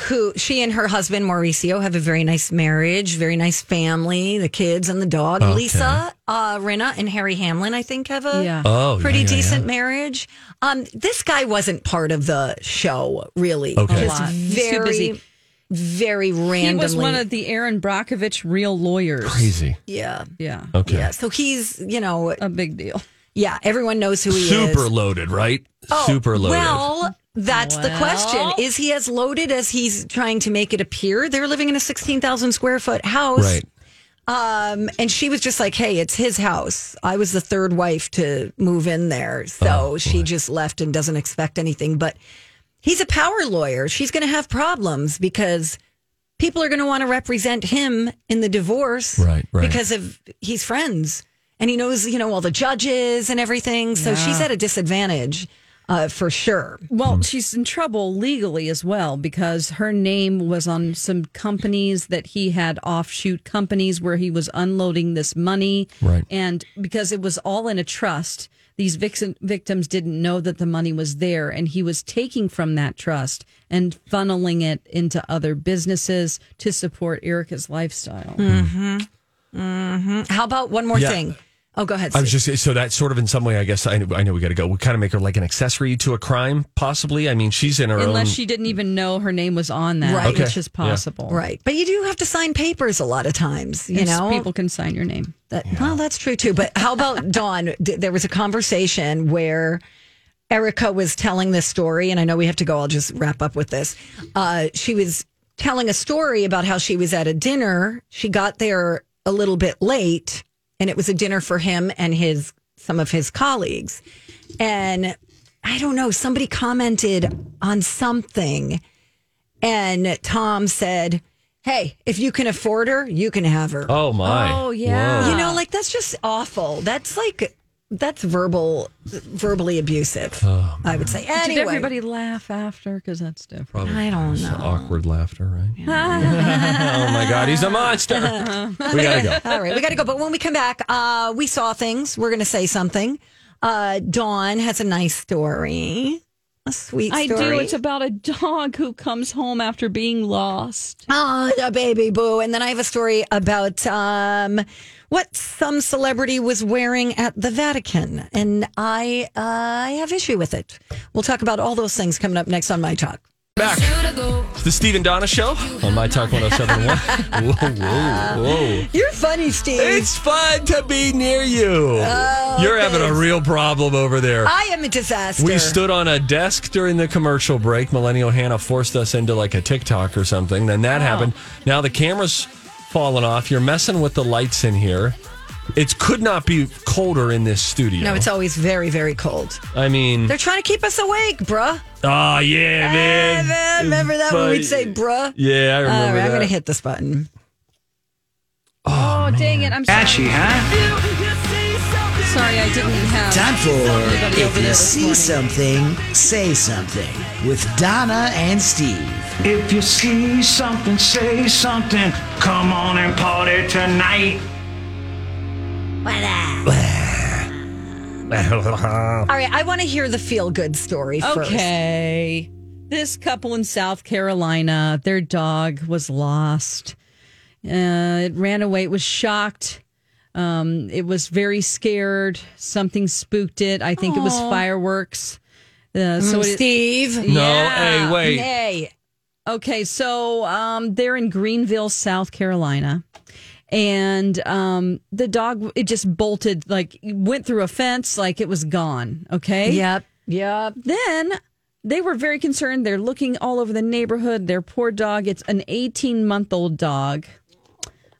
[SPEAKER 1] who she and her husband Mauricio have a very nice marriage, very nice family, the kids and the dog.
[SPEAKER 2] Okay.
[SPEAKER 1] Lisa, uh, Rinna, and Harry Hamlin, I think, have a
[SPEAKER 3] Yeah.
[SPEAKER 2] Oh, yeah,
[SPEAKER 1] pretty
[SPEAKER 2] yeah, yeah.
[SPEAKER 1] decent marriage. Um, this guy wasn't part of the show, really.
[SPEAKER 2] Okay. A
[SPEAKER 1] Just
[SPEAKER 3] lot. He's too
[SPEAKER 1] very,
[SPEAKER 3] busy.
[SPEAKER 1] very randomly.
[SPEAKER 3] He was one of the Aaron Brockovich real lawyers.
[SPEAKER 2] Crazy.
[SPEAKER 1] yeah,
[SPEAKER 3] Yeah.
[SPEAKER 2] Okay.
[SPEAKER 1] yeah. So he's, you know,
[SPEAKER 3] A big deal.
[SPEAKER 1] yeah, everyone knows who he is. Oh,
[SPEAKER 2] Super loaded, right? Super loaded.
[SPEAKER 1] Well, that's the
[SPEAKER 3] Well.
[SPEAKER 1] question. Is he as loaded as he's trying to make it appear? They're living in a 16,000 square foot house.
[SPEAKER 2] right.
[SPEAKER 1] Um, and she was just like, "Hey, it's his house. I was the third wife to move in there, so
[SPEAKER 2] Oh,
[SPEAKER 1] she just left and doesn't expect anything." But he's a power lawyer. She's going to have problems because people are going to want to represent him in the divorce,
[SPEAKER 2] Right, right.
[SPEAKER 1] Because of he's friends and he knows, you know, all the judges and everything. So she's at a disadvantage, uh, for sure.
[SPEAKER 2] Hmm.
[SPEAKER 3] Well, she's in trouble legally as well because her name was on some companies that he had offshoot companies where he was unloading this money.
[SPEAKER 2] Right.
[SPEAKER 3] And because it was all in a trust, these vixen, victims didn't know that the money was there and he was taking from that trust and funneling it into other businesses to support Erica's lifestyle.
[SPEAKER 1] How about one more
[SPEAKER 2] Yeah.
[SPEAKER 1] thing? Oh, go ahead.
[SPEAKER 2] I was
[SPEAKER 1] Steve.
[SPEAKER 2] just so that sort of in some way, I guess I, I know we got to go. We kind of make her like an accessory to a crime, possibly. I mean, she's in her
[SPEAKER 3] Unless
[SPEAKER 2] own.
[SPEAKER 3] she didn't even know her name was on that,
[SPEAKER 1] Right.
[SPEAKER 3] which
[SPEAKER 2] Okay.
[SPEAKER 3] is
[SPEAKER 2] Yeah.
[SPEAKER 3] possible.
[SPEAKER 1] right, but you do have to sign papers a lot of times. You
[SPEAKER 3] And
[SPEAKER 1] know,
[SPEAKER 3] people can sign your name.
[SPEAKER 1] That, Well, that's true too. But how about Dawn? D- there was a conversation where Erica was telling this story, and I know we have to go. I'll just wrap up with this. Uh, she was telling a story about how she was at a dinner. She got there a little bit late, and it was a dinner for him and his some of his colleagues. And I don't know. Somebody commented on something, and Tom said, "Hey, if you can afford her, you can have her."
[SPEAKER 2] oh my!
[SPEAKER 3] Oh, yeah.
[SPEAKER 2] Whoa.
[SPEAKER 1] You know, like that's just awful. That's like that's verbal, verbally abusive. I would say. Anyway,
[SPEAKER 3] Oh, Did everybody laugh after? Because that's different.
[SPEAKER 2] Probably
[SPEAKER 1] I don't
[SPEAKER 2] just
[SPEAKER 1] know.
[SPEAKER 2] Awkward laughter, right? oh my God, he's a monster. we gotta go.
[SPEAKER 1] All right, we got to go. But when we come back, uh, we saw things. We're going to say something. Uh, Dawn has a nice story, a sweet
[SPEAKER 3] I
[SPEAKER 1] story.
[SPEAKER 3] do. It's about a dog who comes home after being lost.
[SPEAKER 1] Oh, the baby boo. And then I have a story about um, what some celebrity was wearing at the Vatican. And I, uh, I have issue with it. We'll talk about all those things coming up next on My Talk.
[SPEAKER 2] Back. It's the Steve and Donna Show on My Talk 1071. whoa, whoa, whoa.
[SPEAKER 1] You're funny, Steve.
[SPEAKER 2] It's fun to be near you. You're having a real problem over there.
[SPEAKER 1] I am a disaster.
[SPEAKER 2] We stood on a desk during the commercial break. Millennial Hannah forced us into like a TikTok or something. Then
[SPEAKER 1] Oh.
[SPEAKER 2] that happened. Now the camera's falling off. You're messing with the lights in here. It could not be colder in this studio.
[SPEAKER 1] No, it's always very, very cold.
[SPEAKER 2] I mean,
[SPEAKER 1] They're trying to keep us awake, bruh.
[SPEAKER 2] oh yeah, man.
[SPEAKER 1] Hey, Eh, man, remember that when we'd say bruh?
[SPEAKER 2] Yeah, I
[SPEAKER 1] All
[SPEAKER 2] remember
[SPEAKER 1] right, I'm
[SPEAKER 2] that.
[SPEAKER 1] going to hit this button.
[SPEAKER 3] Oh, dang it! I'm sorry.
[SPEAKER 7] Catchy, huh?
[SPEAKER 3] Sorry, I didn't have
[SPEAKER 8] Time for
[SPEAKER 3] Everybody over
[SPEAKER 8] If
[SPEAKER 3] there
[SPEAKER 8] You
[SPEAKER 3] this
[SPEAKER 8] See
[SPEAKER 3] morning.
[SPEAKER 8] Something, Say Something with Donna and Steve.
[SPEAKER 7] If you see something, say something. Come on and party tonight.
[SPEAKER 1] What up? All right, I want to hear the feel good story first.
[SPEAKER 3] Okay. This couple in South Carolina, their dog was lost. Uh, it ran away. It was shocked. Um, it was very scared. Something spooked it. I think it was fireworks. Uh, so it,
[SPEAKER 1] Mm, Steve.
[SPEAKER 2] No, hey, wait.
[SPEAKER 1] Nay.
[SPEAKER 3] Okay, so um, they're in Greenville, South Carolina, and um, the dog it just bolted like went through a fence, like it was gone. Okay,
[SPEAKER 1] Yep. Yep.
[SPEAKER 3] Then they were very concerned. They're looking all over the neighborhood. Their poor dog. It's an 18 month old dog,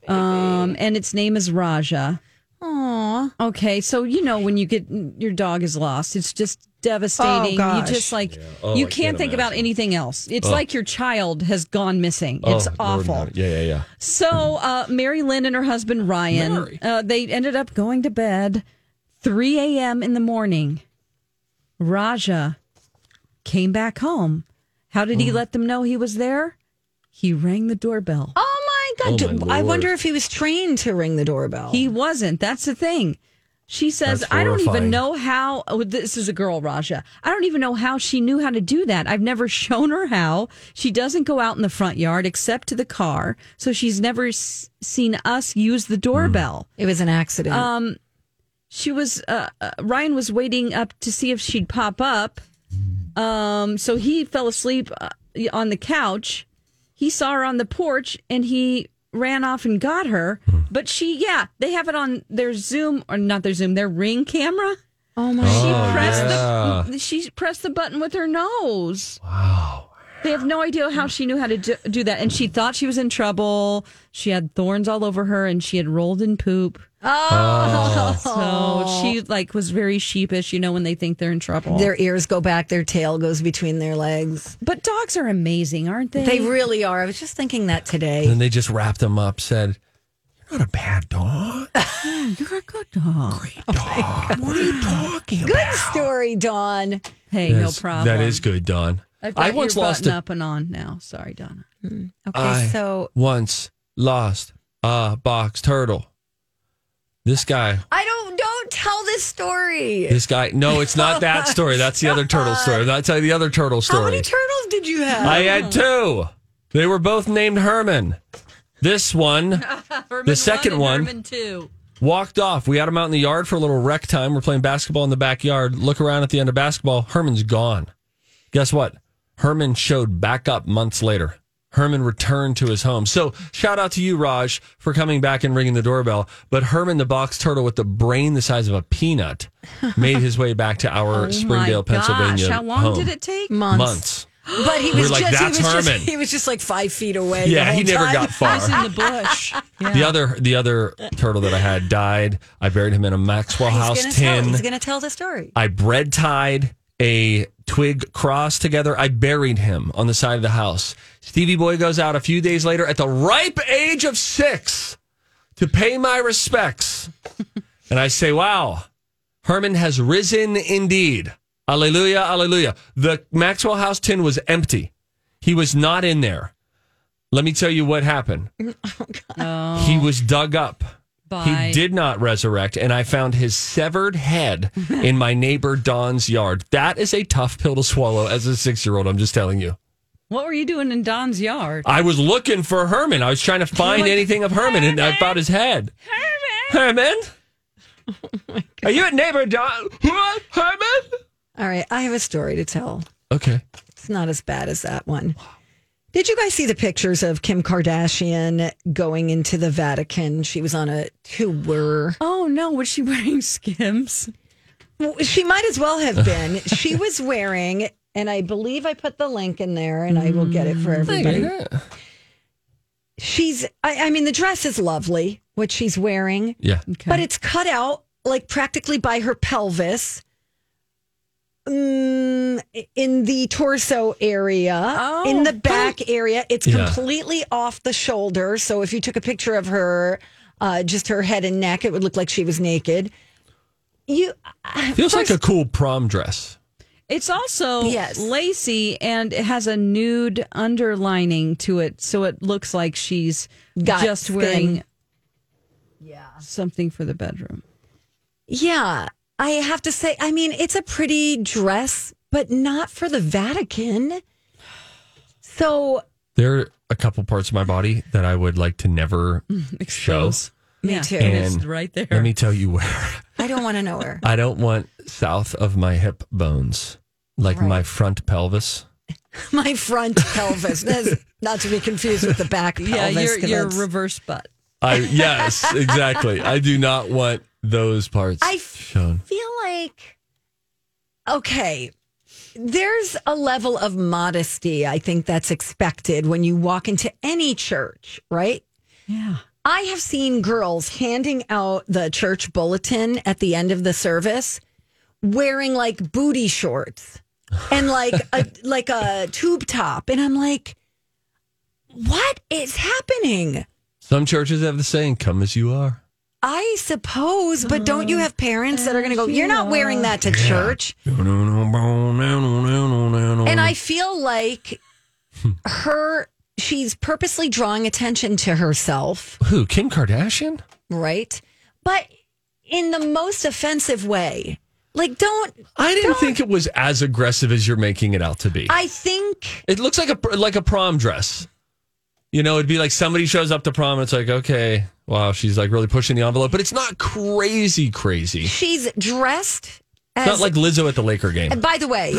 [SPEAKER 3] um, and its name is Raja. Aww. Okay, so you know when you get your dog is lost, it's just devastating.
[SPEAKER 1] gosh.
[SPEAKER 3] You just like
[SPEAKER 2] Oh,
[SPEAKER 3] you
[SPEAKER 2] I
[SPEAKER 3] can't,
[SPEAKER 2] can't Oh.
[SPEAKER 3] think about anything else. It's like your child has gone missing. it's awful.
[SPEAKER 2] Yeah, yeah, yeah.
[SPEAKER 3] So uh, Mary Lynn and her husband Ryan, uh, they ended up going to bed 3 a.m. in the morning. Raja came back home. How did he
[SPEAKER 2] Mm.
[SPEAKER 3] let them know he was there? He rang the doorbell.
[SPEAKER 1] Oh my God.
[SPEAKER 2] Oh, my
[SPEAKER 1] I
[SPEAKER 2] Lord.
[SPEAKER 1] wonder if he was trained to ring the doorbell.
[SPEAKER 3] He wasn't. That's the thing. She says,
[SPEAKER 2] That's
[SPEAKER 3] I don't even
[SPEAKER 2] horrifying.
[SPEAKER 3] know how. Oh, this is a girl, Raja. I don't even know how she knew how to do that. I've never shown her how. She doesn't go out in the front yard except to the car. So she's never s- seen us use the doorbell.
[SPEAKER 1] it was an accident.
[SPEAKER 3] she was uh, uh, Ryan was waiting up to see if she'd pop up. Um, so he fell asleep uh, on the couch. He saw her on the porch and he ran off and got her. But she, yeah, they have it on their Zoom or not their Zoom, their Ring camera.
[SPEAKER 1] oh my
[SPEAKER 3] She
[SPEAKER 1] God.
[SPEAKER 3] pressed the she pressed the button with her nose. Wow. They have no idea how she knew how to do, do that, and she thought she was in trouble. She had thorns all over her, and she had rolled in poop.
[SPEAKER 1] Oh.
[SPEAKER 3] So she like was very sheepish, you know, when they think they're in trouble.
[SPEAKER 1] Their ears go back, their tail goes between their legs.
[SPEAKER 3] but dogs are amazing, aren't they?
[SPEAKER 1] They really are. I was just thinking that today.
[SPEAKER 2] Then they just wrapped him up, said, You're not a bad dog.
[SPEAKER 3] You're a good dog.
[SPEAKER 2] dog. What are you talking
[SPEAKER 1] Good
[SPEAKER 2] about?
[SPEAKER 1] story, Dawn.
[SPEAKER 3] Hey,
[SPEAKER 2] That's-
[SPEAKER 3] no problem.
[SPEAKER 2] That is good, Don.
[SPEAKER 3] I've got
[SPEAKER 2] I once
[SPEAKER 3] your
[SPEAKER 2] lost
[SPEAKER 3] button
[SPEAKER 2] a
[SPEAKER 3] up and on now. Sorry, Donna.
[SPEAKER 1] Okay,
[SPEAKER 2] I
[SPEAKER 1] so
[SPEAKER 2] once lost a box turtle. This guy,
[SPEAKER 1] I don't don't tell this story.
[SPEAKER 2] this guy. No, it's not that story. That's the other turtle story. That's uh, the other turtle story.
[SPEAKER 1] How many turtles did you have?
[SPEAKER 2] I had two. They were both named Herman. This one The second one.
[SPEAKER 3] too.
[SPEAKER 2] walked off. We had him out in the yard for a little rec time. We're playing basketball in the backyard. Look around at the end of basketball. Herman's gone. Guess what? Herman showed back up months later. Herman returned to his home. So shout out to you, Raj, for coming back and ringing the doorbell. But Herman, the box turtle with the brain the size of a peanut, made his way back to our Springdale,
[SPEAKER 3] my gosh,
[SPEAKER 2] Pennsylvania.
[SPEAKER 3] How long
[SPEAKER 2] home.
[SPEAKER 3] did it take?
[SPEAKER 1] months.
[SPEAKER 2] Months.
[SPEAKER 1] But he
[SPEAKER 2] We
[SPEAKER 1] was
[SPEAKER 2] were like,
[SPEAKER 1] just
[SPEAKER 2] "That's
[SPEAKER 1] he was
[SPEAKER 2] Herman."
[SPEAKER 1] just he was just like five feet away. the
[SPEAKER 2] Yeah, he
[SPEAKER 1] whole
[SPEAKER 2] never
[SPEAKER 1] time.
[SPEAKER 2] got far.
[SPEAKER 3] He's in the bush. Yeah.
[SPEAKER 2] The other the other turtle that I had died. I buried him in a Maxwell
[SPEAKER 1] He's
[SPEAKER 2] House
[SPEAKER 1] gonna
[SPEAKER 2] tin.
[SPEAKER 1] Tell, he's gonna tell the story.
[SPEAKER 2] I bread tied a twig cross together. I buried him on the side of the house. Stevie Boy goes out a few days later at the ripe age of six to pay my respects. and I say, wow, Herman has risen indeed. Alleluia, alleluia. The Maxwell House tin was empty. He was not in there. Let me tell you what happened. He was dug up.
[SPEAKER 3] Bye.
[SPEAKER 2] He did not resurrect, and I found his severed head in my neighbor Don's yard. That is a tough pill to swallow as a six year old, I'm just telling you.
[SPEAKER 3] What were you doing in Don's yard?
[SPEAKER 2] I was looking for Herman. I was trying to find
[SPEAKER 3] Like,
[SPEAKER 2] anything of Herman, and I found his head. Herman! Herman!
[SPEAKER 3] Oh
[SPEAKER 2] Are you at neighbor Don? What? Herman?
[SPEAKER 1] All right, I have a story to tell.
[SPEAKER 2] Okay.
[SPEAKER 1] It's not as bad as that one. Did you guys see the pictures of Kim Kardashian going into the Vatican? She was on a tour.
[SPEAKER 3] Oh no, was she wearing skims?
[SPEAKER 1] Well, She might as well have been. she was wearing, and I believe I put the link in there, and I will get it
[SPEAKER 2] Mm,
[SPEAKER 1] for everybody. She's, I, I mean, the dress is lovely, what she's wearing,
[SPEAKER 2] Yeah.
[SPEAKER 1] but it's cut out like practically by her pelvis. Mm, in the torso area,
[SPEAKER 3] Oh.
[SPEAKER 1] in the back area, it's
[SPEAKER 2] Yeah.
[SPEAKER 1] completely off the shoulder. So if you took a picture of her, uh, just her head and neck, it would look like she was naked. You uh,
[SPEAKER 2] Feels like a cool prom dress.
[SPEAKER 3] It's also
[SPEAKER 1] Yes.
[SPEAKER 3] lacy and it has a nude underlining to it, so it looks like she's
[SPEAKER 1] Got
[SPEAKER 3] just
[SPEAKER 1] skin.
[SPEAKER 3] wearing yeah. something for the bedroom.
[SPEAKER 1] Yeah. I have to say, I mean, it's a pretty dress, but not for the Vatican. So
[SPEAKER 2] There are a couple parts of my body that I would like to never show.
[SPEAKER 1] me too.
[SPEAKER 2] And
[SPEAKER 3] It's right there.
[SPEAKER 2] Let me tell you where.
[SPEAKER 1] I don't want to know her.
[SPEAKER 2] I don't want south of my hip bones, like
[SPEAKER 1] Right.
[SPEAKER 2] my front pelvis.
[SPEAKER 1] My front pelvis. That's not to be confused with the back pelvis.
[SPEAKER 3] yeah, your,
[SPEAKER 1] 'cause
[SPEAKER 3] your
[SPEAKER 1] that's-
[SPEAKER 3] reverse butt.
[SPEAKER 2] I yes, exactly. I do not want those parts
[SPEAKER 1] I f-
[SPEAKER 2] shown.
[SPEAKER 1] feel like okay there's a level of modesty i think that's expected when you walk into any church right
[SPEAKER 3] Yeah.
[SPEAKER 1] i have seen girls handing out the church bulletin at the end of the service wearing like booty shorts and like a like a tube top and i'm like what is happening
[SPEAKER 2] Some churches have the saying, "Come as you are."
[SPEAKER 1] i suppose but don't you have parents that are going to go you're not wearing that to church And
[SPEAKER 2] And
[SPEAKER 1] I feel like her, she's purposely drawing attention to herself,
[SPEAKER 2] who Kim Kardashian?
[SPEAKER 1] right? But in the most offensive way. Like, don't.
[SPEAKER 2] I didn't
[SPEAKER 1] don't-
[SPEAKER 2] think it was as aggressive as you're making it out to be.
[SPEAKER 1] I think.
[SPEAKER 2] it looks like a like a prom dress. You know, it'd be like somebody shows up to prom and it's like, okay, wow, she's like really pushing the envelope, but it's not crazy, crazy. It's
[SPEAKER 1] She's dressed as.
[SPEAKER 2] not like Lizzo at the Laker
[SPEAKER 1] And
[SPEAKER 2] game.
[SPEAKER 1] by the way,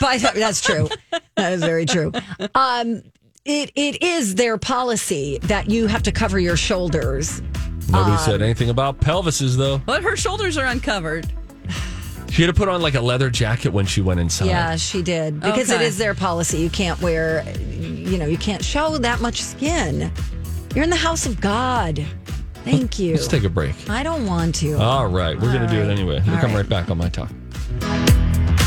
[SPEAKER 1] by the, that's true. That is very true. Um, it it is their policy that you have to cover your shoulders.
[SPEAKER 2] Nobody said anything about pelvises though.
[SPEAKER 3] But her shoulders are uncovered.
[SPEAKER 2] She had to put on like a leather jacket when she went inside.
[SPEAKER 1] Yeah, she did because it
[SPEAKER 3] Okay.
[SPEAKER 1] is their policy. You can't wear, you know, you can't show that much skin. You're in the house of God. Thank you.
[SPEAKER 2] Let's take Oh, a break.
[SPEAKER 1] I don't want to.
[SPEAKER 2] All right, we're gonna do it anyway. We'll come right back on my talk.